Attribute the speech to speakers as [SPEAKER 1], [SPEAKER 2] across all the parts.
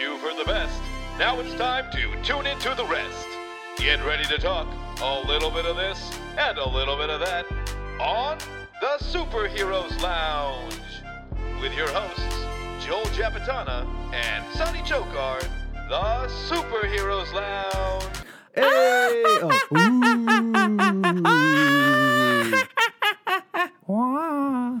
[SPEAKER 1] You've heard the best. Now it's time to tune into the rest. Get ready to talk a little bit of this and a little bit of that on the Superheroes Lounge with your hosts, Joel Japatana and Sonny Chokar, the Superheroes Lounge.
[SPEAKER 2] Hey! Oh, ooh. Wah.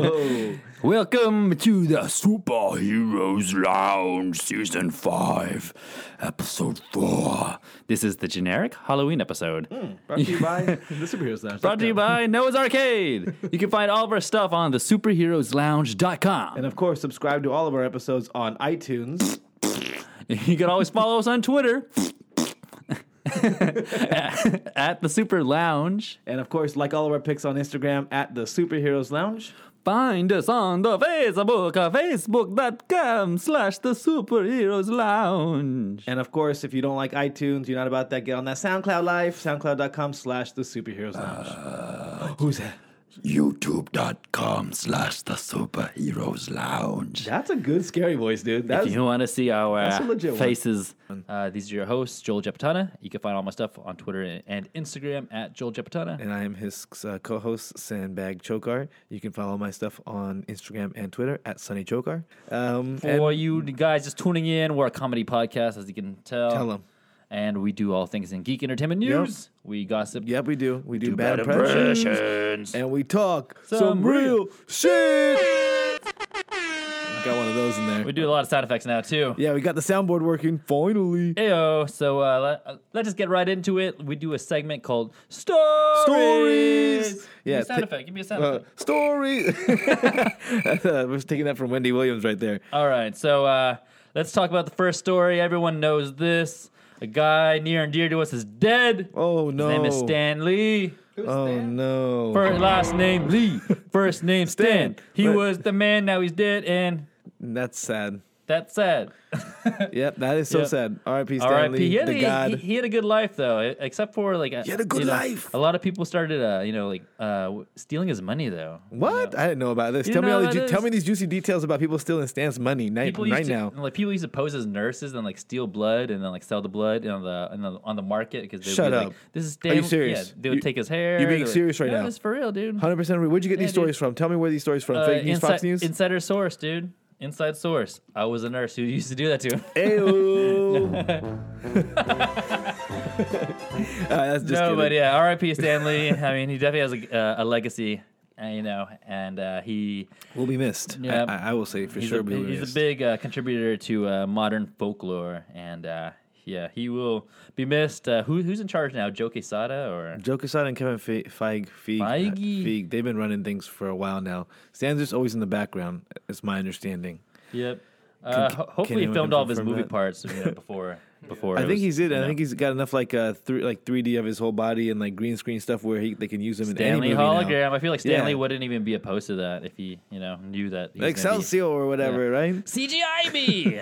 [SPEAKER 2] Whoa. Welcome to the Superheroes Lounge Season 5, Episode 4. This is the generic Halloween episode.
[SPEAKER 3] Brought to you by the Superheroes Lounge.
[SPEAKER 2] Brought to you by Noah's Arcade. You can find all of our stuff on the superheroeslounge.com.
[SPEAKER 3] And of course, subscribe to all of our episodes on iTunes.
[SPEAKER 2] You can always follow us on Twitter at, at the Super Lounge.
[SPEAKER 3] And of course, like all of our pics on Instagram at the Superheroes Lounge.
[SPEAKER 2] Find us on the Facebook at facebook.com slash the superheroes lounge.
[SPEAKER 3] And of course, if you don't like iTunes, you're not about that, get on that SoundCloud Live, soundcloud.com slash the Superheroes Lounge. Uh, Who's that?
[SPEAKER 2] YouTube.com slash the superheroes lounge.
[SPEAKER 3] That's a good scary voice, dude.
[SPEAKER 2] If
[SPEAKER 3] That's
[SPEAKER 2] you want to see our
[SPEAKER 3] that's a legit
[SPEAKER 2] uh,
[SPEAKER 3] one.
[SPEAKER 2] faces, uh, these are your hosts, Joel Jepatana. You can find all my stuff on Twitter and Instagram at Joel Jepatana.
[SPEAKER 3] and I am his uh, co-host Sandbag Chokar. You can follow my stuff on Instagram and Twitter at Sunny Chokar. Um, and
[SPEAKER 2] For you guys just tuning in, we're a comedy podcast, as you can tell.
[SPEAKER 3] Tell 'em.
[SPEAKER 2] And we do all things in geek entertainment news. We gossip.
[SPEAKER 3] yep, we do. We do,
[SPEAKER 2] do
[SPEAKER 3] bad,
[SPEAKER 2] bad
[SPEAKER 3] impressions,
[SPEAKER 2] impressions.
[SPEAKER 3] and we talk some,
[SPEAKER 2] real
[SPEAKER 3] real shit. Got one of those in there.
[SPEAKER 2] We do a lot of sound effects now, too.
[SPEAKER 3] Yeah, we got the soundboard working finally.
[SPEAKER 2] Ayo, so uh, let, uh, let's just get right into it. We do a segment called Stories.
[SPEAKER 3] Stories!
[SPEAKER 2] Give me
[SPEAKER 3] Yeah,
[SPEAKER 2] a sound
[SPEAKER 3] t-
[SPEAKER 2] effect. Give me a sound
[SPEAKER 3] Uh,
[SPEAKER 2] effect.
[SPEAKER 3] story. I was taking that from Wendy Williams right there.
[SPEAKER 2] All right, so uh, let's talk about the first story. Everyone knows this. A guy near and dear to us is dead.
[SPEAKER 3] Oh
[SPEAKER 2] His
[SPEAKER 3] no!
[SPEAKER 2] name is Stan Lee.
[SPEAKER 3] Oh no!
[SPEAKER 2] First, last name Lee. First name Stan.
[SPEAKER 3] Stan.
[SPEAKER 2] He
[SPEAKER 3] But-
[SPEAKER 2] was the man. Now he's dead, and
[SPEAKER 3] That's sad.
[SPEAKER 2] that's sad.
[SPEAKER 3] Yep, that is so
[SPEAKER 2] Yep.
[SPEAKER 3] sad. R.I.P. Stan
[SPEAKER 2] R.I.P. He,
[SPEAKER 3] Lee,
[SPEAKER 2] had
[SPEAKER 3] the
[SPEAKER 2] a-
[SPEAKER 3] god.
[SPEAKER 2] he, he had a good life though, e- except for like he
[SPEAKER 3] had a good life.
[SPEAKER 2] A lot of people started, uh, you know, like uh, w- stealing his money though. you
[SPEAKER 3] What?
[SPEAKER 2] know.
[SPEAKER 3] I didn't know about this.
[SPEAKER 2] You
[SPEAKER 3] Tell me
[SPEAKER 2] didn't
[SPEAKER 3] all
[SPEAKER 2] know
[SPEAKER 3] the ju-
[SPEAKER 2] about
[SPEAKER 3] tell me
[SPEAKER 2] this?
[SPEAKER 3] these juicy details about people stealing Stan's money night,
[SPEAKER 2] People used
[SPEAKER 3] right
[SPEAKER 2] to,
[SPEAKER 3] now.
[SPEAKER 2] like people used to pose as nurses and like steal blood and then like sell the blood on the on the, on the market because they
[SPEAKER 3] Shut
[SPEAKER 2] would be
[SPEAKER 3] up.
[SPEAKER 2] like, "This is
[SPEAKER 3] Are
[SPEAKER 2] Stan."
[SPEAKER 3] you serious?
[SPEAKER 2] Yeah, they would
[SPEAKER 3] You-
[SPEAKER 2] take his hair.
[SPEAKER 3] you're being
[SPEAKER 2] they would-
[SPEAKER 3] serious right
[SPEAKER 2] no,
[SPEAKER 3] now.
[SPEAKER 2] It's for real, dude.
[SPEAKER 3] Hundred percent. Where'd you get
[SPEAKER 2] Yeah,
[SPEAKER 3] these
[SPEAKER 2] dude.
[SPEAKER 3] stories from? Tell me where these stories from.
[SPEAKER 2] Uh,
[SPEAKER 3] Fake news, Fox
[SPEAKER 2] inside-
[SPEAKER 3] News.
[SPEAKER 2] Insider source, dude. Inside source. I was a nurse who used to do that to him.
[SPEAKER 3] Ayo. Uh, that's just
[SPEAKER 2] no,
[SPEAKER 3] kidding.
[SPEAKER 2] but yeah, R.I.P. Stanley. I mean, he definitely has a, uh, a legacy, uh, you know, and uh, he
[SPEAKER 3] We'll be missed.
[SPEAKER 2] Yeah.
[SPEAKER 3] I, I, I will say for
[SPEAKER 2] he's
[SPEAKER 3] sure.
[SPEAKER 2] a,
[SPEAKER 3] we'll be
[SPEAKER 2] he's
[SPEAKER 3] missed.
[SPEAKER 2] a big uh, contributor to uh, modern folklore, and uh, yeah, he will be missed. Uh, who, who's in charge now? Joe Quesada or
[SPEAKER 3] Joe Quesada and Kevin Fe- Feig, Feig, uh,
[SPEAKER 2] Feige?
[SPEAKER 3] Feig, they've been running things for a while now. Stan's just always in the background. It's my understanding.
[SPEAKER 2] yep. Uh, ho- hopefully, he
[SPEAKER 3] anyone
[SPEAKER 2] filmed all of his
[SPEAKER 3] confirm
[SPEAKER 2] movie
[SPEAKER 3] that?
[SPEAKER 2] parts you know, before. Before it
[SPEAKER 3] I think
[SPEAKER 2] was,
[SPEAKER 3] he's it.
[SPEAKER 2] you
[SPEAKER 3] and I
[SPEAKER 2] know.
[SPEAKER 3] think he's got enough like uh three like 3D of his whole body and like green screen stuff where he they can use him
[SPEAKER 2] Stanley
[SPEAKER 3] in any movie now.
[SPEAKER 2] hologram. I feel like Stanley
[SPEAKER 3] Yeah.
[SPEAKER 2] wouldn't even be opposed to that if he, you know, knew that. he was gonna be-
[SPEAKER 3] Excelsior or whatever, right?
[SPEAKER 2] CGI me.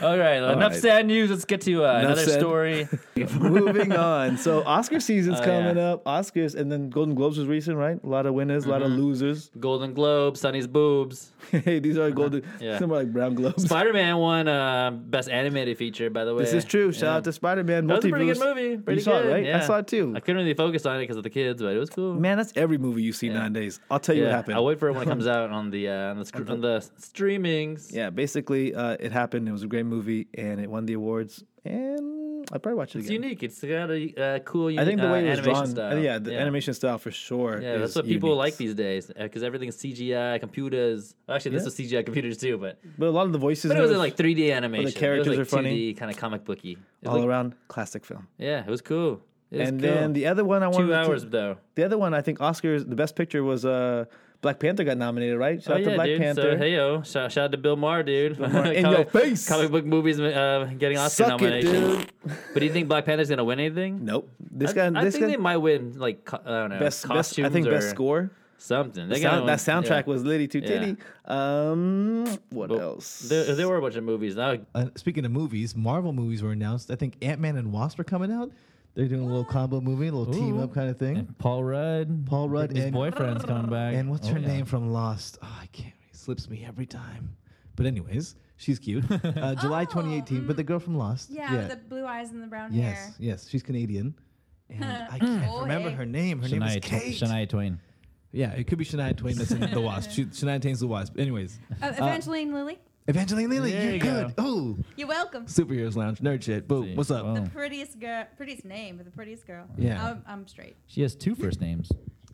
[SPEAKER 2] All right, enough
[SPEAKER 3] right.
[SPEAKER 2] sad news. Let's get to uh, another
[SPEAKER 3] said.
[SPEAKER 2] story.
[SPEAKER 3] Moving on. So Oscar season's
[SPEAKER 2] Oh,
[SPEAKER 3] coming
[SPEAKER 2] yeah.
[SPEAKER 3] up. Oscars and then Golden Globes was recent, right? A lot of winners, a lot of losers.
[SPEAKER 2] Golden Globe, Sonny's boobs.
[SPEAKER 3] hey, these are golden.
[SPEAKER 2] Yeah.
[SPEAKER 3] Some are like brown globes.
[SPEAKER 2] Spider Man won uh, best animated feature. By the way,
[SPEAKER 3] this is true. Shout
[SPEAKER 2] Yeah.
[SPEAKER 3] out to Spider Man.
[SPEAKER 2] That was a pretty good movie. Pretty
[SPEAKER 3] you saw
[SPEAKER 2] good,
[SPEAKER 3] it, right? I
[SPEAKER 2] yeah.
[SPEAKER 3] saw it too.
[SPEAKER 2] I couldn't really focus on it because of the kids, but it was cool.
[SPEAKER 3] Man, that's every movie you see nowadays. I'll tell you what
[SPEAKER 2] yeah,
[SPEAKER 3] happened.
[SPEAKER 2] I'll wait for it when it comes out on the uh, on the sc- on the streamings.
[SPEAKER 3] yeah, basically, uh, it happened. It was a great movie, and it won the awards. And I'd probably watch it
[SPEAKER 2] It's
[SPEAKER 3] again.
[SPEAKER 2] unique. It's got a uh, cool. Unique,
[SPEAKER 3] I think the way
[SPEAKER 2] uh,
[SPEAKER 3] it was
[SPEAKER 2] animation
[SPEAKER 3] drawn,
[SPEAKER 2] style.
[SPEAKER 3] uh, yeah, the animation style for sure.
[SPEAKER 2] Yeah, that's
[SPEAKER 3] is
[SPEAKER 2] what people
[SPEAKER 3] unique.
[SPEAKER 2] like these days because everything's CGI computers. Actually, this
[SPEAKER 3] Yeah.
[SPEAKER 2] was CGI computers too, but
[SPEAKER 3] But a lot of the voices,
[SPEAKER 2] but it
[SPEAKER 3] in
[SPEAKER 2] was in
[SPEAKER 3] was
[SPEAKER 2] like 3D animation.
[SPEAKER 3] characters
[SPEAKER 2] it
[SPEAKER 3] are
[SPEAKER 2] was like
[SPEAKER 3] funny.
[SPEAKER 2] 2D kind of comic booky. It was
[SPEAKER 3] all
[SPEAKER 2] like-
[SPEAKER 3] around classic film.
[SPEAKER 2] Yeah, it was cool. It was
[SPEAKER 3] And
[SPEAKER 2] cool.
[SPEAKER 3] then the other one I wanted
[SPEAKER 2] two
[SPEAKER 3] to-
[SPEAKER 2] hours though.
[SPEAKER 3] the other one I think Oscars the best picture was uh Black Panther got nominated, right? Shout
[SPEAKER 2] Oh
[SPEAKER 3] out to
[SPEAKER 2] yeah,
[SPEAKER 3] Black
[SPEAKER 2] dude.
[SPEAKER 3] Panther.
[SPEAKER 2] So hey yo, shout, shout out to Bill Maher, dude.
[SPEAKER 3] in
[SPEAKER 2] Comic-
[SPEAKER 3] your face.
[SPEAKER 2] Comic book movies uh, getting Oscar
[SPEAKER 3] Suck it,
[SPEAKER 2] nominations.
[SPEAKER 3] dude.
[SPEAKER 2] But do you think Black Panther's gonna win anything?
[SPEAKER 3] Nope. This
[SPEAKER 2] I,
[SPEAKER 3] guy
[SPEAKER 2] I
[SPEAKER 3] this
[SPEAKER 2] think
[SPEAKER 3] guy
[SPEAKER 2] they might win like co- I don't know
[SPEAKER 3] best best
[SPEAKER 2] costumes
[SPEAKER 3] I think
[SPEAKER 2] or
[SPEAKER 3] best score.
[SPEAKER 2] something. They
[SPEAKER 3] Sound, that
[SPEAKER 2] gotta-
[SPEAKER 3] soundtrack
[SPEAKER 2] yeah.
[SPEAKER 3] was litty too
[SPEAKER 2] Yeah.
[SPEAKER 3] titty. Um what
[SPEAKER 2] Well,
[SPEAKER 3] else?
[SPEAKER 2] There, there were a bunch of movies. Now
[SPEAKER 4] uh, speaking of movies, Marvel movies were announced. I think Ant Man and Wasp are coming out.
[SPEAKER 5] They're doing a little combo movie, a little team
[SPEAKER 2] Ooh.
[SPEAKER 5] up kind of thing.
[SPEAKER 2] And Paul Rudd.
[SPEAKER 5] Paul Rudd
[SPEAKER 2] Britney's
[SPEAKER 5] and-
[SPEAKER 2] boyfriend's coming back.
[SPEAKER 5] And what's
[SPEAKER 2] Oh,
[SPEAKER 5] her
[SPEAKER 2] yeah.
[SPEAKER 5] name from Lost? Oh, I can't. It slips me every time. But anyways, she's cute. Uh, July
[SPEAKER 6] Oh,
[SPEAKER 5] 2018. But the girl from Lost.
[SPEAKER 6] Yeah, with the blue eyes and the brown
[SPEAKER 5] yes. Yes. She's Canadian. And I can't
[SPEAKER 6] Oh,
[SPEAKER 5] remember
[SPEAKER 6] hey.
[SPEAKER 5] her name. Her name is
[SPEAKER 2] Shania, Twa-
[SPEAKER 5] Kate.
[SPEAKER 2] Shania Twain.
[SPEAKER 5] Yeah, it could be Shania Twain that's in The Wasp. She, Shania Twain's The Wasp. Anyways,
[SPEAKER 6] hair. Uh, Evangeline Lilly,
[SPEAKER 5] Evangeline Lilly,
[SPEAKER 2] There
[SPEAKER 5] you're
[SPEAKER 2] you
[SPEAKER 5] good. Oh,
[SPEAKER 6] you're welcome.
[SPEAKER 5] Superheroes Lounge, nerd shit. Boom.
[SPEAKER 2] See,
[SPEAKER 5] What's up?
[SPEAKER 2] well,
[SPEAKER 6] The prettiest girl, prettiest name, but the prettiest girl.
[SPEAKER 5] Oh. Yeah.
[SPEAKER 6] I'm, I'm straight.
[SPEAKER 2] she has two first names.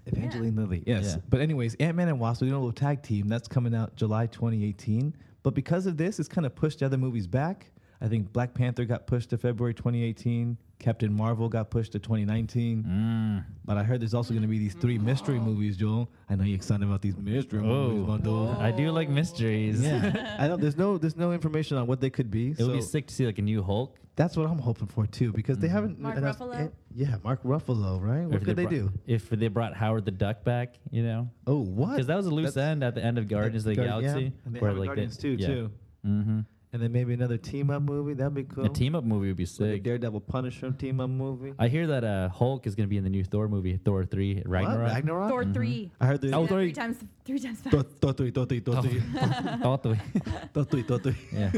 [SPEAKER 5] Evangeline Lilly. Yes.
[SPEAKER 2] Yeah.
[SPEAKER 5] But anyways, Ant Man and Wasp are doing a little tag team that's coming out July 2018. But because of this, it's kind of pushed other movies back. I think Black Panther got pushed to February 2018. Captain Marvel got pushed to 2019.
[SPEAKER 2] Mm.
[SPEAKER 5] But I heard there's also going to be these three mystery movies, Joel. I know you're excited about these mystery
[SPEAKER 2] Oh.
[SPEAKER 5] movies, my dude.
[SPEAKER 2] I do like mysteries.
[SPEAKER 5] Yeah, I don't. There's no. There's no information on what they could be.
[SPEAKER 2] it would be
[SPEAKER 5] so
[SPEAKER 2] sick Mm-hmm. to see like a new Hulk.
[SPEAKER 5] That's what I'm hoping for too, because they haven't.
[SPEAKER 6] Mark
[SPEAKER 5] announced
[SPEAKER 6] Ruffalo?
[SPEAKER 5] an- yeah, Mark Ruffalo, right?
[SPEAKER 2] Or
[SPEAKER 5] What
[SPEAKER 2] if
[SPEAKER 5] could they
[SPEAKER 2] brought-
[SPEAKER 5] do?
[SPEAKER 2] If they brought Howard the Duck back, you know,
[SPEAKER 5] Oh, what?
[SPEAKER 2] because that was a loose
[SPEAKER 5] That's-
[SPEAKER 2] end at the end of Guardians of the
[SPEAKER 5] Guardi- yeah,
[SPEAKER 2] Galaxy,
[SPEAKER 5] And they
[SPEAKER 2] where
[SPEAKER 5] have a
[SPEAKER 2] like
[SPEAKER 5] Guardians
[SPEAKER 2] they,
[SPEAKER 5] two too.
[SPEAKER 2] Mm-hmm.
[SPEAKER 5] And then maybe another team up movie. That'd be cool.
[SPEAKER 2] A team up movie would be
[SPEAKER 5] like a
[SPEAKER 2] sick.
[SPEAKER 5] Daredevil Punisher team up movie.
[SPEAKER 2] I hear that uh, Hulk is going to be in the new Thor movie, Thor three
[SPEAKER 5] What?
[SPEAKER 2] Ragnarok.
[SPEAKER 5] Ragnarok?
[SPEAKER 6] Thor three.
[SPEAKER 5] I heard the.
[SPEAKER 2] Oh,
[SPEAKER 6] Yeah,
[SPEAKER 2] Thor-
[SPEAKER 6] three times, three times fast.
[SPEAKER 5] Thor- Oh, Thor three, Thor three, Thor three,
[SPEAKER 2] Thor three.
[SPEAKER 5] Thor three, Thor three.
[SPEAKER 2] yeah.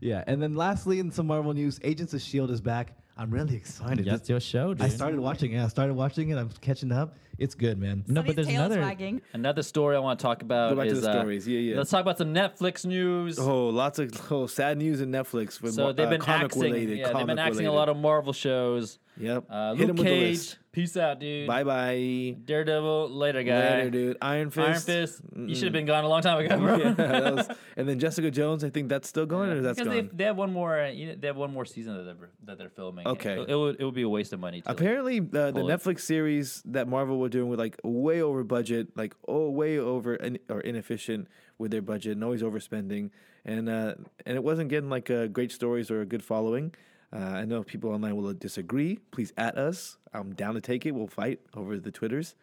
[SPEAKER 5] Yeah, and then lastly, in some Marvel news, Agents of Shield E is back. I'm really excited.
[SPEAKER 2] That's
[SPEAKER 5] This-
[SPEAKER 2] your show, dude.
[SPEAKER 5] I started watching it. I started watching it. I'm catching up. It's good, man.
[SPEAKER 2] No, but
[SPEAKER 6] Somebody's
[SPEAKER 2] there's
[SPEAKER 6] tail is
[SPEAKER 2] another.
[SPEAKER 6] wagging.
[SPEAKER 7] Another story I want to talk about
[SPEAKER 3] Go back to
[SPEAKER 7] is
[SPEAKER 3] the
[SPEAKER 7] uh,
[SPEAKER 3] stories. Yeah, yeah.
[SPEAKER 7] Let's talk about some Netflix news.
[SPEAKER 3] Oh, lots of oh, sad news in Netflix. With
[SPEAKER 7] so
[SPEAKER 3] mo-
[SPEAKER 7] they've
[SPEAKER 3] uh,
[SPEAKER 7] been
[SPEAKER 3] comic
[SPEAKER 7] axing,
[SPEAKER 3] related.
[SPEAKER 7] yeah, they've
[SPEAKER 3] comic
[SPEAKER 7] been axing
[SPEAKER 3] related.
[SPEAKER 7] a lot of Marvel shows.
[SPEAKER 3] Yep.
[SPEAKER 7] Uh,
[SPEAKER 3] Hit
[SPEAKER 7] Luke
[SPEAKER 3] 'em with the
[SPEAKER 7] Cage,
[SPEAKER 3] list.
[SPEAKER 7] peace out, dude.
[SPEAKER 3] Bye bye.
[SPEAKER 7] Daredevil, later, guy.
[SPEAKER 3] Later, dude. Iron Fist. Mm.
[SPEAKER 7] Iron Fist, you should have been gone a long time ago, bro.
[SPEAKER 3] yeah, that was, and then Jessica Jones. I think that's still going, or that's
[SPEAKER 7] because they,
[SPEAKER 3] gone.
[SPEAKER 7] they have one more, uh, you know, they have one more season that they're that they're filming.
[SPEAKER 3] Okay.
[SPEAKER 7] it, it would it would be a waste of money. To, like,
[SPEAKER 3] Apparently, uh, the
[SPEAKER 7] Pull it.
[SPEAKER 3] Netflix series that Marvel were doing were like way over budget, like oh, way over in, or inefficient with their budget, and always overspending, and uh, and it wasn't getting like uh, great stories or a good following. Uh, I know people online will disagree. Please at us. I'm down to take it. We'll fight over the twitters.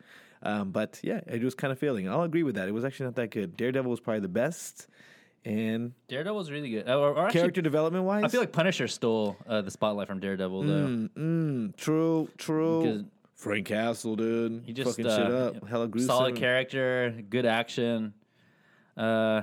[SPEAKER 3] Um, but yeah, it was kind of failing. I'll agree with that. It was actually not that good. Daredevil was probably the best, and
[SPEAKER 7] Daredevil's really good. Uh, or, or actually,
[SPEAKER 3] character development wise,
[SPEAKER 7] I feel like Punisher stole uh, the spotlight from Daredevil though.
[SPEAKER 3] Mm,
[SPEAKER 7] Mm-hmm.
[SPEAKER 3] true,
[SPEAKER 7] Because-
[SPEAKER 3] true. Frank Castle, dude.
[SPEAKER 7] He just
[SPEAKER 3] fucking
[SPEAKER 7] uh,
[SPEAKER 3] shit up. Hella gruesome.
[SPEAKER 7] solid character, good action. Uh,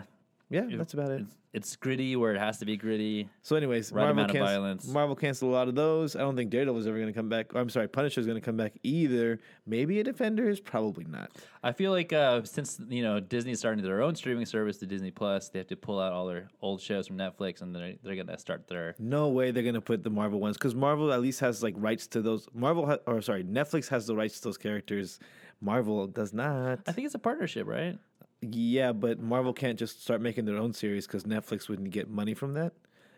[SPEAKER 3] Yeah, that's about it.
[SPEAKER 7] It's, it's gritty where it has to be gritty.
[SPEAKER 3] So, anyways,
[SPEAKER 7] right
[SPEAKER 3] Marvel,
[SPEAKER 7] amount of
[SPEAKER 3] canc-
[SPEAKER 7] violence.
[SPEAKER 3] Marvel canceled a lot of those. I don't think Daredevil's ever going to come back. I'm sorry, Punisher's going to come back either. Maybe a Defender is probably not.
[SPEAKER 7] I feel like uh, since you know Disney's starting their own streaming service, the Disney Plus, they have to pull out all their old shows from Netflix, and they're they're gonna start their
[SPEAKER 3] No way they're going to put the Marvel ones because Marvel at least has like rights to those. Marvel, ha- or sorry, Netflix has the rights to those characters. Marvel does not.
[SPEAKER 7] I think it's a partnership, right?
[SPEAKER 3] Yeah, but Marvel can't just start making their own series because Netflix wouldn't get money from that.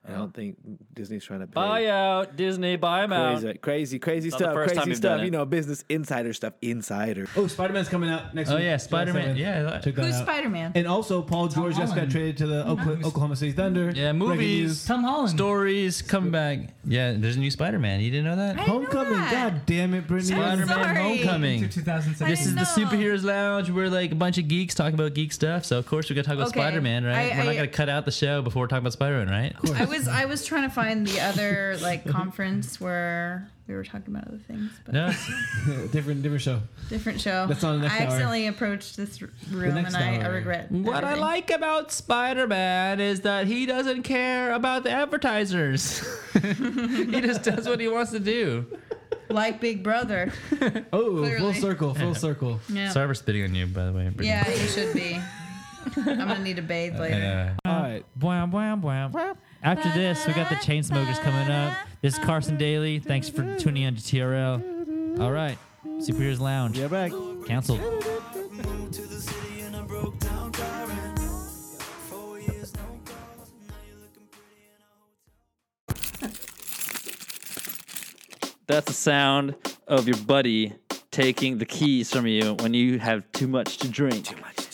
[SPEAKER 3] And I don't think Disney's trying to pay.
[SPEAKER 7] Uh-huh. Buy out Disney, buy them out.
[SPEAKER 3] Crazy, crazy,
[SPEAKER 7] Um,
[SPEAKER 3] crazy
[SPEAKER 7] Not the
[SPEAKER 3] stuff.
[SPEAKER 7] first time
[SPEAKER 3] Crazy
[SPEAKER 7] you've done
[SPEAKER 3] stuff. You
[SPEAKER 7] it.
[SPEAKER 3] know, business insider stuff. Insider.
[SPEAKER 5] Oh, Spider Man's coming out next
[SPEAKER 2] Oh,
[SPEAKER 5] week.
[SPEAKER 2] yeah, Spider-Man. Yeah, that-
[SPEAKER 5] check that
[SPEAKER 6] Who's
[SPEAKER 5] out.
[SPEAKER 6] Spider Man?
[SPEAKER 5] And also, Paul George just got
[SPEAKER 2] Holland.
[SPEAKER 5] traded to the Oakla- Oklahoma City Thunder.
[SPEAKER 2] Yeah,
[SPEAKER 5] Breaking
[SPEAKER 2] movies,
[SPEAKER 5] news.
[SPEAKER 2] Tom Holland stories coming back. Yeah, there's a new Spider-Man. You didn't know that?
[SPEAKER 6] I didn't know
[SPEAKER 5] Homecoming.
[SPEAKER 6] that.
[SPEAKER 5] God damn it, Brittany.
[SPEAKER 6] I'm
[SPEAKER 2] Spider-Man
[SPEAKER 6] sorry.
[SPEAKER 2] Homecoming.
[SPEAKER 6] I
[SPEAKER 2] This
[SPEAKER 6] didn't
[SPEAKER 2] is the
[SPEAKER 6] know.
[SPEAKER 2] Superheroes Lounge. We're like a bunch of geeks talking about geek stuff. So of course we're gonna talk about
[SPEAKER 6] Okay.
[SPEAKER 2] Spider-Man, right?
[SPEAKER 6] I-
[SPEAKER 2] we're not
[SPEAKER 6] I-
[SPEAKER 2] gonna cut out the show before we're talking about Spider-Man, right?
[SPEAKER 6] I was I was trying to find the other like conference where we were talking about other things, but
[SPEAKER 2] No.
[SPEAKER 5] different, different show.
[SPEAKER 6] different show.
[SPEAKER 5] That's on the next
[SPEAKER 6] I
[SPEAKER 5] hour.
[SPEAKER 6] accidentally approached this r- room
[SPEAKER 5] next
[SPEAKER 6] and I, I
[SPEAKER 5] hour.
[SPEAKER 6] regret.
[SPEAKER 2] What I
[SPEAKER 6] everything.
[SPEAKER 2] like about Spider-Man is that he doesn't care about the advertisers. he just does what he wants to do.
[SPEAKER 6] like Big Brother.
[SPEAKER 5] Oh, full
[SPEAKER 6] Clearly.
[SPEAKER 5] circle, full circle.
[SPEAKER 6] Yeah,
[SPEAKER 2] Sorry for spitting on you, by the way. Brittany.
[SPEAKER 6] yeah, you should be. I'm gonna need to bathe
[SPEAKER 5] Uh,
[SPEAKER 6] later.
[SPEAKER 5] All right.
[SPEAKER 2] Wham, wham, wham. After this, we got the chain smokers coming up. This is Carson Daly. Thanks for tuning in to TRL. All right. Superheroes Lounge.
[SPEAKER 5] Yeah, back.
[SPEAKER 2] Canceled.
[SPEAKER 7] That's the sound of your buddy taking the keys from you when you have too much to drink.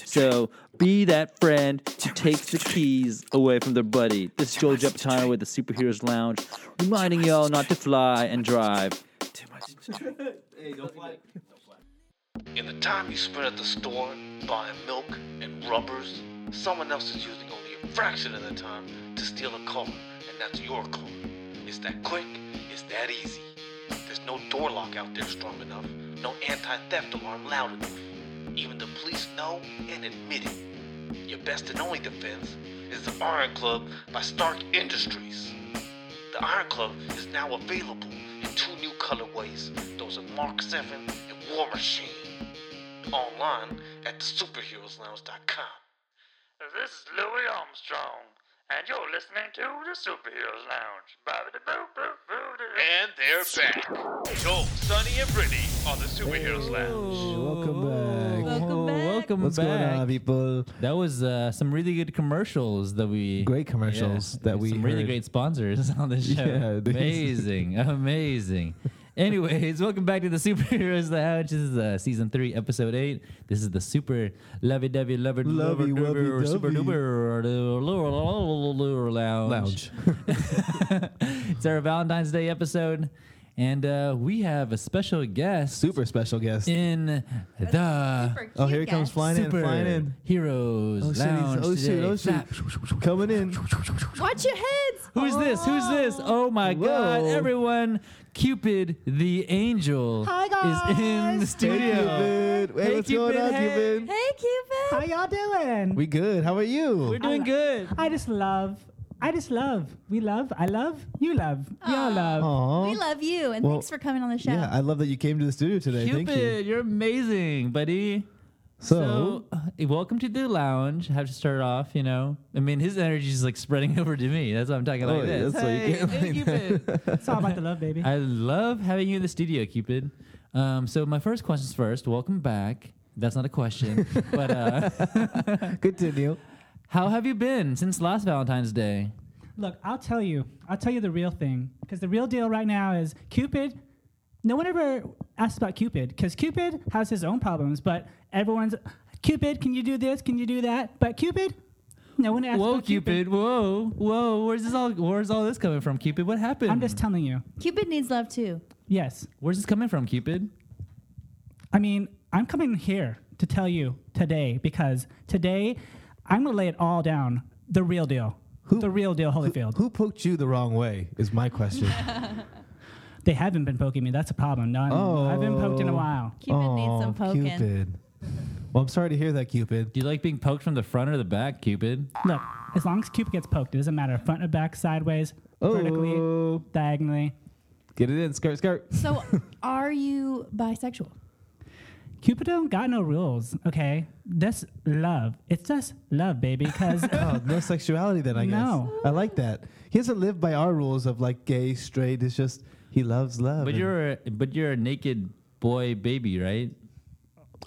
[SPEAKER 7] so be that friend who takes the keys away from their buddy. This is Joel Jepitano with the Superheroes Lounge, reminding y'all not to fly and drive.
[SPEAKER 1] In the time you spend at the store buying milk and rubbers, someone else is using only a fraction of the time to steal a car, and that's your car. It's that quick, it's that easy.
[SPEAKER 8] There's no door lock out there strong enough, no anti theft alarm loud enough. Even the police know and admit it. Your best and only defense is the Iron Club by Stark Industries. The Iron Club is now available in two new colorways those of Mark 7 and War Machine. Online at thesuperheroeslounge.com.
[SPEAKER 9] This is Louis Armstrong, and you're listening to the Superheroes Lounge. Bobbity boo boo boo. doo.
[SPEAKER 1] And they're back. Joel, Sonny, and Brittany on the Superheroes Lounge.
[SPEAKER 5] Welcome back.
[SPEAKER 2] Welcome back. Welcome
[SPEAKER 5] What's
[SPEAKER 2] back.
[SPEAKER 5] going on, people?
[SPEAKER 2] That was uh, some really good commercials that we
[SPEAKER 5] Great commercials that we
[SPEAKER 2] some really
[SPEAKER 5] heard.
[SPEAKER 2] great sponsors on this show.
[SPEAKER 5] Yeah, these-
[SPEAKER 2] amazing, amazing. Anyways, welcome back to the Superheroes Lounge. This is uh, season three, episode eight. This is the super lovey dovey lover lover
[SPEAKER 5] Lovey-wovey
[SPEAKER 2] duber, super
[SPEAKER 5] dovey.
[SPEAKER 2] duper
[SPEAKER 5] Lounge.
[SPEAKER 2] It's our Valentine's Day episode, and uh, we have a special guest
[SPEAKER 5] Super special guest.
[SPEAKER 2] in the
[SPEAKER 6] Super
[SPEAKER 5] Oh,
[SPEAKER 6] cute
[SPEAKER 5] here he comes
[SPEAKER 6] guy.
[SPEAKER 5] flying in, flying in.
[SPEAKER 2] Heroes
[SPEAKER 5] Oh shit,
[SPEAKER 2] Lounge
[SPEAKER 5] he's, oh
[SPEAKER 2] today.
[SPEAKER 5] shit, oh shit. Coming in.
[SPEAKER 6] Watch your heads.
[SPEAKER 2] Who's this? Who's this? Oh my god,
[SPEAKER 5] Whoa.
[SPEAKER 2] everyone. Cupid the angel is in the studio.
[SPEAKER 5] Hey, Cupid. Hey,
[SPEAKER 2] Hey,
[SPEAKER 5] what's going
[SPEAKER 2] Cupid,
[SPEAKER 5] on,
[SPEAKER 2] hey.
[SPEAKER 5] Cupid?
[SPEAKER 10] Hey, Cupid. How y'all doing?
[SPEAKER 5] We good. How are you?
[SPEAKER 2] We're doing good.
[SPEAKER 10] I just love. I just love. We love. I love. You love. We all love.
[SPEAKER 5] Aw.
[SPEAKER 6] We love you, and
[SPEAKER 5] Well,
[SPEAKER 6] thanks for coming on the show.
[SPEAKER 5] Yeah, I love that you came to the studio today. Thank you.
[SPEAKER 2] Cupid, you're amazing, buddy.
[SPEAKER 5] So,
[SPEAKER 2] uh, welcome to the lounge. Have to start off, you know. I mean, his energy is like spreading over to me. That's what I'm talking
[SPEAKER 5] Oh,
[SPEAKER 2] like this.
[SPEAKER 5] that's like-
[SPEAKER 2] Hey, hey, Cupid.
[SPEAKER 10] It's all about the love, baby.
[SPEAKER 2] I love having you in the studio, Cupid. Um, so my first question's first. Welcome back. That's not a question, but uh,
[SPEAKER 5] continue.
[SPEAKER 2] how have you been since last Valentine's Day?
[SPEAKER 10] Look, I'll tell you. I'll tell you the real thing. Because the real deal right now is Cupid. No one ever asks about Cupid because Cupid has his own problems. But everyone's Cupid. Can you do this? Can you do that? But Cupid. No one asks.
[SPEAKER 2] Whoa,
[SPEAKER 10] about Cupid.
[SPEAKER 2] Cupid! Whoa, whoa! Where's this all? Where's all this coming from, Cupid? What happened?
[SPEAKER 10] I'm just telling you.
[SPEAKER 6] Cupid needs love too.
[SPEAKER 10] Yes.
[SPEAKER 2] Where's this coming from, Cupid?
[SPEAKER 10] I mean, I'm coming here to tell you today because today I'm gonna lay it all down. The real deal.
[SPEAKER 5] Who-
[SPEAKER 10] the real deal, Holyfield.
[SPEAKER 5] Who poked you the wrong way is my question.
[SPEAKER 10] They haven't been poking me. That's a problem. No, I'm- I've been poked in a
[SPEAKER 5] Oh.
[SPEAKER 10] while.
[SPEAKER 6] Cupid
[SPEAKER 5] Aw,
[SPEAKER 6] needs some poking.
[SPEAKER 5] Oh, Cupid. Well, I'm sorry to hear that, Cupid.
[SPEAKER 2] Do you like being poked from the front or the back, Cupid?
[SPEAKER 10] Look, as long as Cupid gets poked, it doesn't matter front or back, sideways, vertically,
[SPEAKER 5] Oh,
[SPEAKER 10] diagonally.
[SPEAKER 5] get it in, skirt, skirt.
[SPEAKER 6] So, are you bisexual?
[SPEAKER 10] Cupid don't got no rules, okay? That's love. It's just love, baby, because
[SPEAKER 5] Oh, no sexuality then, I guess.
[SPEAKER 10] No.
[SPEAKER 5] I like that. He doesn't live by our rules of like gay, straight. It's just he loves love.
[SPEAKER 2] But
[SPEAKER 5] and-
[SPEAKER 2] you're a, but you're a naked boy baby, right?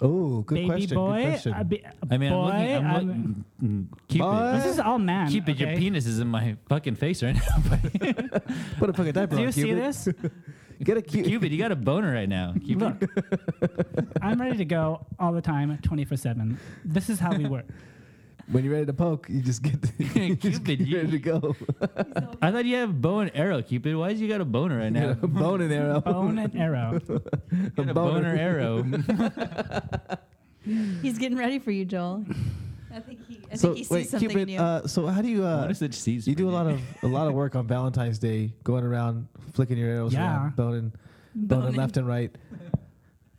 [SPEAKER 5] oh, good
[SPEAKER 10] baby
[SPEAKER 5] question.
[SPEAKER 10] boy.
[SPEAKER 5] good question.
[SPEAKER 10] I be-
[SPEAKER 2] I mean,
[SPEAKER 10] boy,
[SPEAKER 2] I'm looking. I'm
[SPEAKER 10] I'm-
[SPEAKER 2] looking. Mm, Cupid,
[SPEAKER 5] Boy.
[SPEAKER 10] this is all man.
[SPEAKER 2] Cupid, your
[SPEAKER 10] okay?
[SPEAKER 2] penis is in my fucking face right now. buddy.
[SPEAKER 5] Put a fucking diaper
[SPEAKER 10] Do
[SPEAKER 5] on,
[SPEAKER 10] you
[SPEAKER 5] Cupid.
[SPEAKER 10] see this?
[SPEAKER 5] Get a Cupid.
[SPEAKER 2] Cupid, you got a boner right now. Cupid.
[SPEAKER 10] Look, I'm ready to go all the time, 24 7. This is how we work.
[SPEAKER 5] When you're ready to poke, you just get you just
[SPEAKER 2] Cupid,
[SPEAKER 5] get
[SPEAKER 2] you-
[SPEAKER 5] ready to go.
[SPEAKER 2] I thought you have bow and arrow, Cupid. Why is you got a boner right now?
[SPEAKER 5] Bone and arrow.
[SPEAKER 10] Bone and arrow.
[SPEAKER 2] Got a boner arrow.
[SPEAKER 6] He's getting ready for you, Joel. I think he. I
[SPEAKER 5] So
[SPEAKER 6] think he sees
[SPEAKER 5] wait,
[SPEAKER 6] something
[SPEAKER 5] Cupid.
[SPEAKER 6] in you.
[SPEAKER 5] Uh, so how do you?
[SPEAKER 2] what
[SPEAKER 5] Uh,
[SPEAKER 2] is it? Sees
[SPEAKER 5] you do a lot of a lot of work on Valentine's Day, going around flicking your arrows
[SPEAKER 10] Yeah.
[SPEAKER 5] around, boning, boning,
[SPEAKER 6] Boning.
[SPEAKER 5] left and right.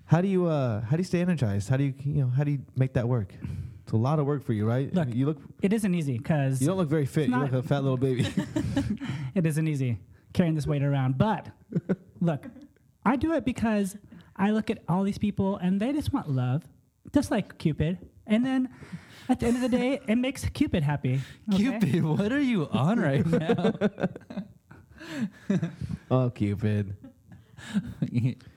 [SPEAKER 5] How do you? Uh, how do you stay energized? How do you? You know, how do you make that work? It's a lot of work for you, right?
[SPEAKER 10] Look.
[SPEAKER 5] you look.
[SPEAKER 10] It isn't easy because
[SPEAKER 5] You don't look very fit. You
[SPEAKER 10] not-
[SPEAKER 5] look like a fat little baby.
[SPEAKER 10] it isn't easy carrying this weight around. But look, I do it because I look at all these people and they just want love, just like Cupid. And then at the end of the day, it makes Cupid happy. okay?
[SPEAKER 2] Cupid, what are you on right now?
[SPEAKER 5] oh, Cupid.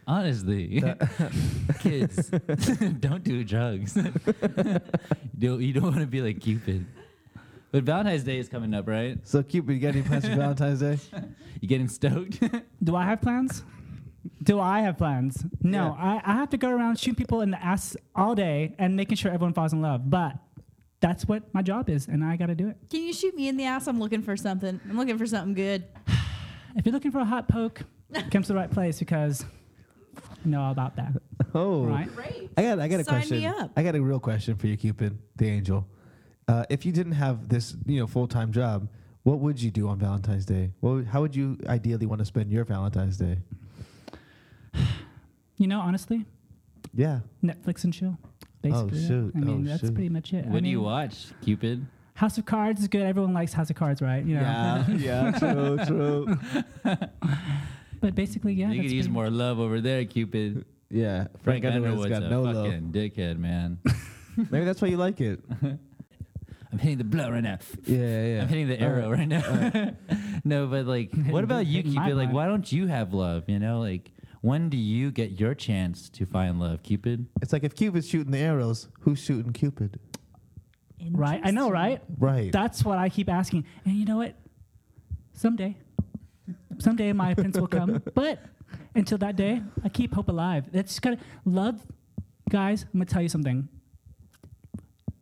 [SPEAKER 2] Honestly, kids, don't do drugs. do you don't want to be like Cupid. But Valentine's Day is coming up, right?
[SPEAKER 5] So Cupid, you got any plans for Valentine's Day?
[SPEAKER 2] You getting stoked?
[SPEAKER 10] Do I have plans? Do I have plans? No, I, I have to go around shooting people in the ass all day and making sure everyone falls in love. But that's what my job is, and I got to do it.
[SPEAKER 6] Can you shoot me in the ass? I'm looking for something. I'm looking for something good.
[SPEAKER 10] If you're looking for a hot poke, come to the right place because I know all about that.
[SPEAKER 5] Oh,
[SPEAKER 10] Right?
[SPEAKER 6] Great.
[SPEAKER 5] I got I got a
[SPEAKER 6] Sign me
[SPEAKER 5] question.
[SPEAKER 6] up.
[SPEAKER 5] I got a real question for you, Cupid, the angel. Uh, if you didn't have this, you know, full time job, what would you do on Valentine's Day? What would, how would you ideally want to spend your Valentine's Day?
[SPEAKER 10] You know, honestly,
[SPEAKER 5] Yeah.
[SPEAKER 10] Netflix and chill. Basically,
[SPEAKER 5] shoot.
[SPEAKER 10] I mean,
[SPEAKER 5] Oh,
[SPEAKER 10] that's
[SPEAKER 5] shoot.
[SPEAKER 10] pretty much it. I
[SPEAKER 2] What do you
[SPEAKER 10] mean,
[SPEAKER 2] watch? Cupid.
[SPEAKER 10] House of Cards is good. Everyone likes House of Cards, right? You know?
[SPEAKER 5] yeah, true, true.
[SPEAKER 10] But basically, yeah.
[SPEAKER 2] you
[SPEAKER 10] that's
[SPEAKER 2] could use
[SPEAKER 10] pretty-
[SPEAKER 2] more love over there, Cupid.
[SPEAKER 5] Yeah,
[SPEAKER 2] Frank,
[SPEAKER 5] Frank,
[SPEAKER 2] Underwood's
[SPEAKER 5] Underwood's got
[SPEAKER 2] a
[SPEAKER 5] no love.
[SPEAKER 2] fucking dickhead, man.
[SPEAKER 5] Maybe that's why you like it.
[SPEAKER 2] I'm hitting the blow right now.
[SPEAKER 5] Yeah, yeah.
[SPEAKER 2] I'm hitting the arrow right now. no, but like, what about you,
[SPEAKER 10] hitting my
[SPEAKER 2] Cupid? Like,
[SPEAKER 10] button.
[SPEAKER 2] why don't you have love? You know, like, when do you get your chance to find love, Cupid?
[SPEAKER 5] It's like if Cupid's shooting the arrows, who's shooting Cupid?
[SPEAKER 10] Right. I know, right?
[SPEAKER 5] Right.
[SPEAKER 10] That's what I keep asking. And you know what? Someday, someday my prince will come. But until that day, I keep hope alive. That's gotta love, guys. I'm gonna tell you something.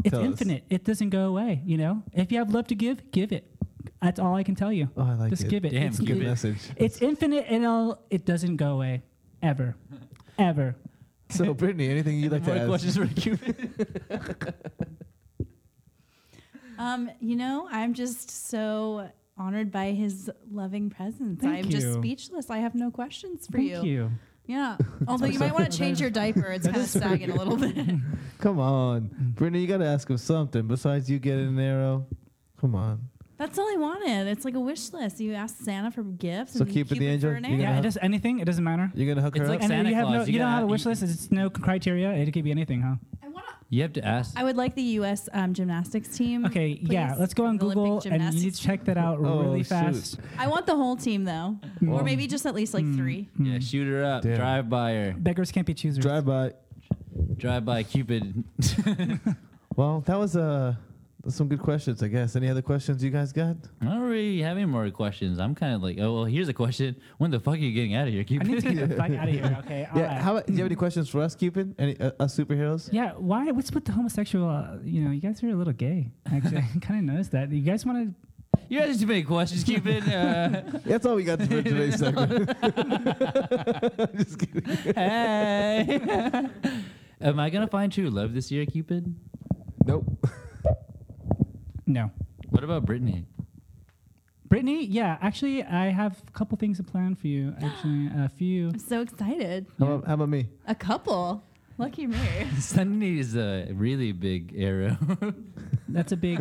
[SPEAKER 10] It's
[SPEAKER 5] Tell us.
[SPEAKER 10] infinite. It doesn't go away. You know, if you have love to give, give it. That's all I can tell you.
[SPEAKER 5] Oh, I like
[SPEAKER 10] Just
[SPEAKER 5] it.
[SPEAKER 10] give it.
[SPEAKER 2] Damn,
[SPEAKER 10] it's,
[SPEAKER 2] Cupid.
[SPEAKER 5] Good message.
[SPEAKER 10] it's infinite and it'll, it doesn't go away, ever, ever.
[SPEAKER 5] So, Brittany, anything you'd like to ask?
[SPEAKER 2] for Cupid?
[SPEAKER 11] Um, you know, I'm just so honored by his loving presence.
[SPEAKER 10] Thank
[SPEAKER 11] I'm just
[SPEAKER 10] you.
[SPEAKER 11] speechless. I have no questions for
[SPEAKER 10] Thank
[SPEAKER 11] you.
[SPEAKER 10] you.
[SPEAKER 11] Yeah. Although you might want to change your diaper. It's kind of sagging a little bit.
[SPEAKER 5] Come on, Brittany, you got to ask him something besides you getting an arrow. Come on.
[SPEAKER 11] That's all I wanted. It's like a wish list. You ask Santa for gifts.
[SPEAKER 5] So
[SPEAKER 11] and
[SPEAKER 5] Cupid the
[SPEAKER 11] Cupid for
[SPEAKER 5] angel,
[SPEAKER 11] an
[SPEAKER 5] you
[SPEAKER 11] arrow.
[SPEAKER 10] Yeah,
[SPEAKER 5] know-
[SPEAKER 10] it does anything. It doesn't matter.
[SPEAKER 5] You're gonna hook
[SPEAKER 2] It's
[SPEAKER 5] her
[SPEAKER 2] like
[SPEAKER 5] up.
[SPEAKER 10] And
[SPEAKER 2] Santa
[SPEAKER 10] you have
[SPEAKER 2] Claus,
[SPEAKER 10] no,
[SPEAKER 2] you
[SPEAKER 10] you, don't
[SPEAKER 2] gotta-
[SPEAKER 10] have a wish
[SPEAKER 2] you-
[SPEAKER 10] list. It's no criteria. It could be anything, huh?
[SPEAKER 11] I want to.
[SPEAKER 2] You have to ask.
[SPEAKER 11] I would like the U.S. Um, gymnastics team.
[SPEAKER 10] Okay, yeah,
[SPEAKER 11] please,
[SPEAKER 10] let's go
[SPEAKER 11] for
[SPEAKER 10] on
[SPEAKER 11] the Olympic
[SPEAKER 10] Google and you need to
[SPEAKER 11] gymnastics.
[SPEAKER 10] check that out
[SPEAKER 5] Oh,
[SPEAKER 10] really
[SPEAKER 5] shoot.
[SPEAKER 10] fast.
[SPEAKER 11] I want the whole team though, or maybe just at least like three.
[SPEAKER 2] yeah, shoot her up.
[SPEAKER 5] Damn.
[SPEAKER 2] Drive by her.
[SPEAKER 10] Beggars can't be choosers.
[SPEAKER 5] Drive by.
[SPEAKER 2] Drive by Cupid.
[SPEAKER 5] Well, that was uh, that's some good questions, I guess. Any other questions you guys got?
[SPEAKER 2] I don't really have any more questions. I'm kind of like, oh, well, here's a question. When the fuck are you getting out of here,
[SPEAKER 10] I
[SPEAKER 2] Cupid?
[SPEAKER 10] need to get the fuck out of here. Okay, all
[SPEAKER 5] yeah.
[SPEAKER 10] right.
[SPEAKER 5] How about, do you
[SPEAKER 2] Mm-hmm.
[SPEAKER 5] have any questions for us, Cupid? Any uh, us superheroes?
[SPEAKER 10] yeah, why? What's with the homosexual? Uh, you know, you guys are a little gay. Actually, I kind of noticed that. You guys want to?
[SPEAKER 2] you had too many questions, Cupid. Uh,
[SPEAKER 5] That's all we got for today's segment. Just kidding.
[SPEAKER 2] hey. Am I going to find true love this year, Cupid?
[SPEAKER 5] Nope.
[SPEAKER 10] No,
[SPEAKER 2] What about Brittany?
[SPEAKER 10] Brittany. Yeah, actually, I have a couple things to plan for you. Actually, a few.
[SPEAKER 11] I'm so excited.
[SPEAKER 5] How about, how about me?
[SPEAKER 11] A couple. Lucky me.
[SPEAKER 2] Sunny needs a really big arrow.
[SPEAKER 10] That's a big,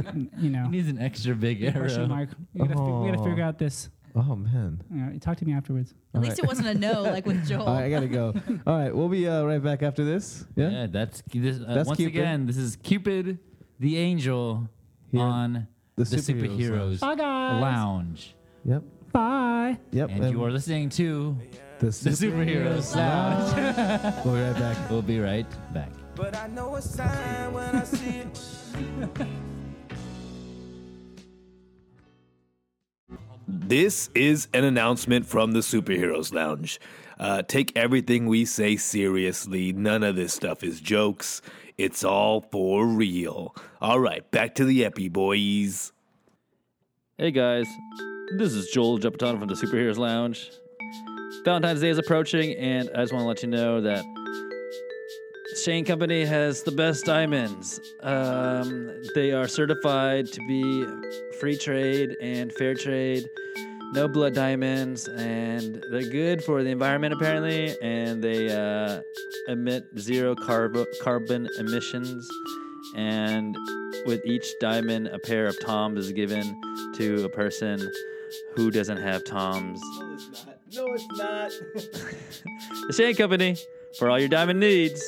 [SPEAKER 10] you know,
[SPEAKER 2] he needs an extra big
[SPEAKER 10] question
[SPEAKER 2] arrow.
[SPEAKER 10] mark. We gotta, fi- we gotta
[SPEAKER 5] Oh.
[SPEAKER 10] figure out this.
[SPEAKER 5] Oh man.
[SPEAKER 10] You know, talk to me afterwards.
[SPEAKER 11] At least it wasn't a no like with Joel.
[SPEAKER 5] All right, I gotta go. All right, we'll be uh, right back after this.
[SPEAKER 2] Yeah,
[SPEAKER 5] Yeah.
[SPEAKER 2] that's this. Uh,
[SPEAKER 5] That's
[SPEAKER 2] once
[SPEAKER 5] Cupid.
[SPEAKER 2] again, this is Cupid, the angel,
[SPEAKER 5] Here.
[SPEAKER 2] on the,
[SPEAKER 5] The
[SPEAKER 2] superheroes,
[SPEAKER 5] Superheroes
[SPEAKER 10] Bye, guys.
[SPEAKER 2] lounge,
[SPEAKER 5] Yep.
[SPEAKER 10] Bye.
[SPEAKER 5] Yep.
[SPEAKER 2] and you are listening to
[SPEAKER 5] the,
[SPEAKER 2] the superheroes lounge.
[SPEAKER 5] We'll be right back.
[SPEAKER 2] We'll be right back.
[SPEAKER 12] But I know a sign when I see it.
[SPEAKER 8] This is an announcement from the Superheroes Lounge. Uh, take everything we say seriously. None of this stuff is jokes. It's all for real. All right, back to the Epi Boys.
[SPEAKER 7] Hey guys, this is Joel Jeppeton from the Superheroes Lounge. Valentine's Day is approaching, and I just want to let you know that Shane Company has the best diamonds. Um, they are certified to be free trade and fair trade, no blood diamonds, and they're good for the environment apparently, and they uh, emit zero carbo- carbon emissions. And with each diamond, a pair of toms is given to a person who doesn't have toms.
[SPEAKER 5] No, it's not.
[SPEAKER 7] The Shane Company for all your diamond needs.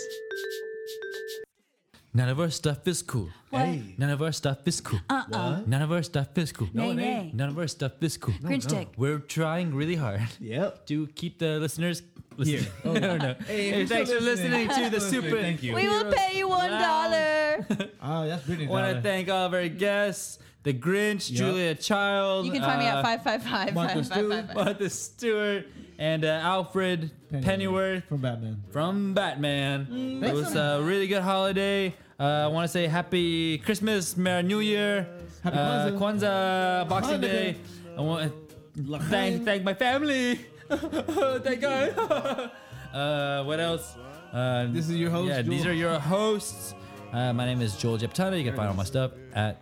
[SPEAKER 2] None of our stuff is cool.
[SPEAKER 11] What?
[SPEAKER 2] None of our stuff is cool.
[SPEAKER 11] Uh-uh.
[SPEAKER 2] None of our stuff is cool.
[SPEAKER 11] Nay, it ain't. nay.
[SPEAKER 2] None of our stuff is cool.
[SPEAKER 11] Cringe no. tick.
[SPEAKER 2] We're trying really hard.
[SPEAKER 5] Yep.
[SPEAKER 2] to keep the listeners listening. no, no. Oh, Hey, thanks for listening to the super. Thank you.
[SPEAKER 11] We will pay you one dollar.
[SPEAKER 5] Oh, that's Brittany.
[SPEAKER 2] Want to
[SPEAKER 5] Dollar.
[SPEAKER 2] thank all of our guests, the Grinch, Julia Child.
[SPEAKER 11] You can find me
[SPEAKER 2] uh,
[SPEAKER 11] at five five five
[SPEAKER 5] Martha
[SPEAKER 11] five five
[SPEAKER 5] Stewart.
[SPEAKER 11] five five.
[SPEAKER 2] Martha Stewart and uh, Alfred Pennyworth
[SPEAKER 5] from Batman.
[SPEAKER 2] from Batman.
[SPEAKER 5] Mm.
[SPEAKER 2] It was a really good holiday. Uh, I want to say happy Christmas, Merry New Year,
[SPEAKER 5] Happy
[SPEAKER 2] uh,
[SPEAKER 5] Kwanzaa.
[SPEAKER 2] Kwanzaa, Boxing Day. I want to thank, thank my family. thank God. uh, what else? Uh,
[SPEAKER 5] This is your host,
[SPEAKER 2] Yeah, these
[SPEAKER 5] Joel.
[SPEAKER 2] are your hosts. Uh, my name is Joel Jeptana. You can find all my stuff at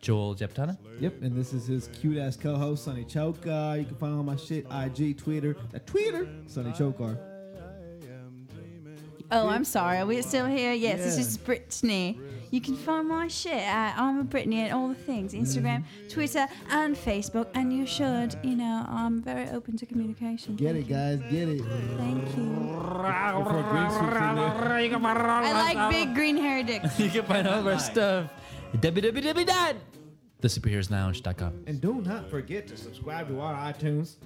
[SPEAKER 2] Joel Jeptana.
[SPEAKER 5] Yep, and this is his cute ass co-host Sonny Chokar. You can find all my shit IG, Twitter, that Twitter, Sonny Chokar.
[SPEAKER 11] Oh, I'm sorry. Are we still here? Yes, this
[SPEAKER 13] Yeah.
[SPEAKER 11] is Brittany. You can find my shit at I'm a Brittany and all the things Instagram, Twitter, and Facebook. And you should, you know, I'm very open to communication.
[SPEAKER 5] Get it, guys. Get it.
[SPEAKER 11] Thank
[SPEAKER 5] you.
[SPEAKER 11] I like big green hair dicks.
[SPEAKER 2] you can find all of our stuff at www.thesuperheroeslounge.com.
[SPEAKER 5] And do not forget to subscribe to our iTunes,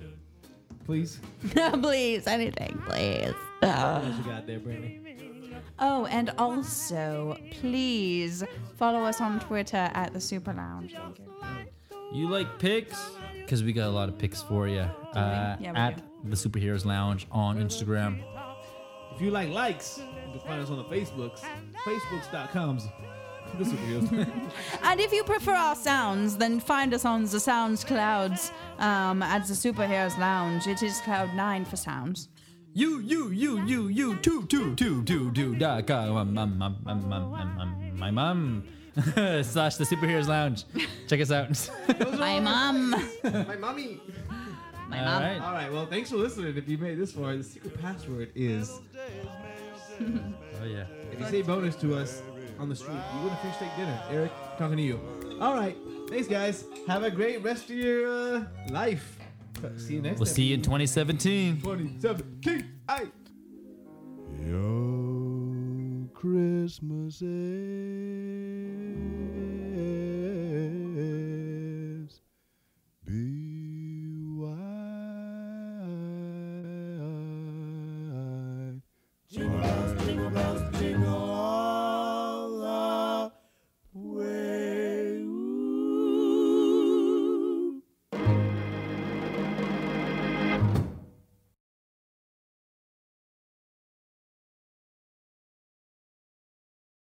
[SPEAKER 5] please.
[SPEAKER 11] No, please, anything, please.
[SPEAKER 5] What else you got there, Brittany?
[SPEAKER 11] Oh, and also, please follow us on Twitter at the Super Lounge.
[SPEAKER 2] You like picks? Because we got a lot of picks for you uh,
[SPEAKER 11] Yeah, we
[SPEAKER 2] at the Superheroes Lounge on Instagram.
[SPEAKER 5] If you like likes, you can find us on the Facebooks. Facebooks.coms. The superheroes.
[SPEAKER 11] And if you prefer our sounds, then find us on the Sounds Clouds um, at the Superheroes Lounge. It is Cloud 9 for sounds.
[SPEAKER 2] You, you, you, you, you, two, two, two, two, two, dot com. Um, um, um, um, um, um, um, my mom. Slash the Superheroes Lounge. Check us out.
[SPEAKER 11] My mom.
[SPEAKER 5] My mommy.
[SPEAKER 11] My mom.
[SPEAKER 2] All right.
[SPEAKER 5] All right. Well, thanks for listening. If you made it this far, the secret password is.
[SPEAKER 2] oh yeah.
[SPEAKER 5] If you say bonus to us on the street, you win a fish steak dinner. Eric, talking to you. All right. Thanks, guys. Have a great rest of your uh, life. See you next.
[SPEAKER 2] We'll see you in 2017.
[SPEAKER 5] 2017. Aye.
[SPEAKER 14] Your Christmas Eve.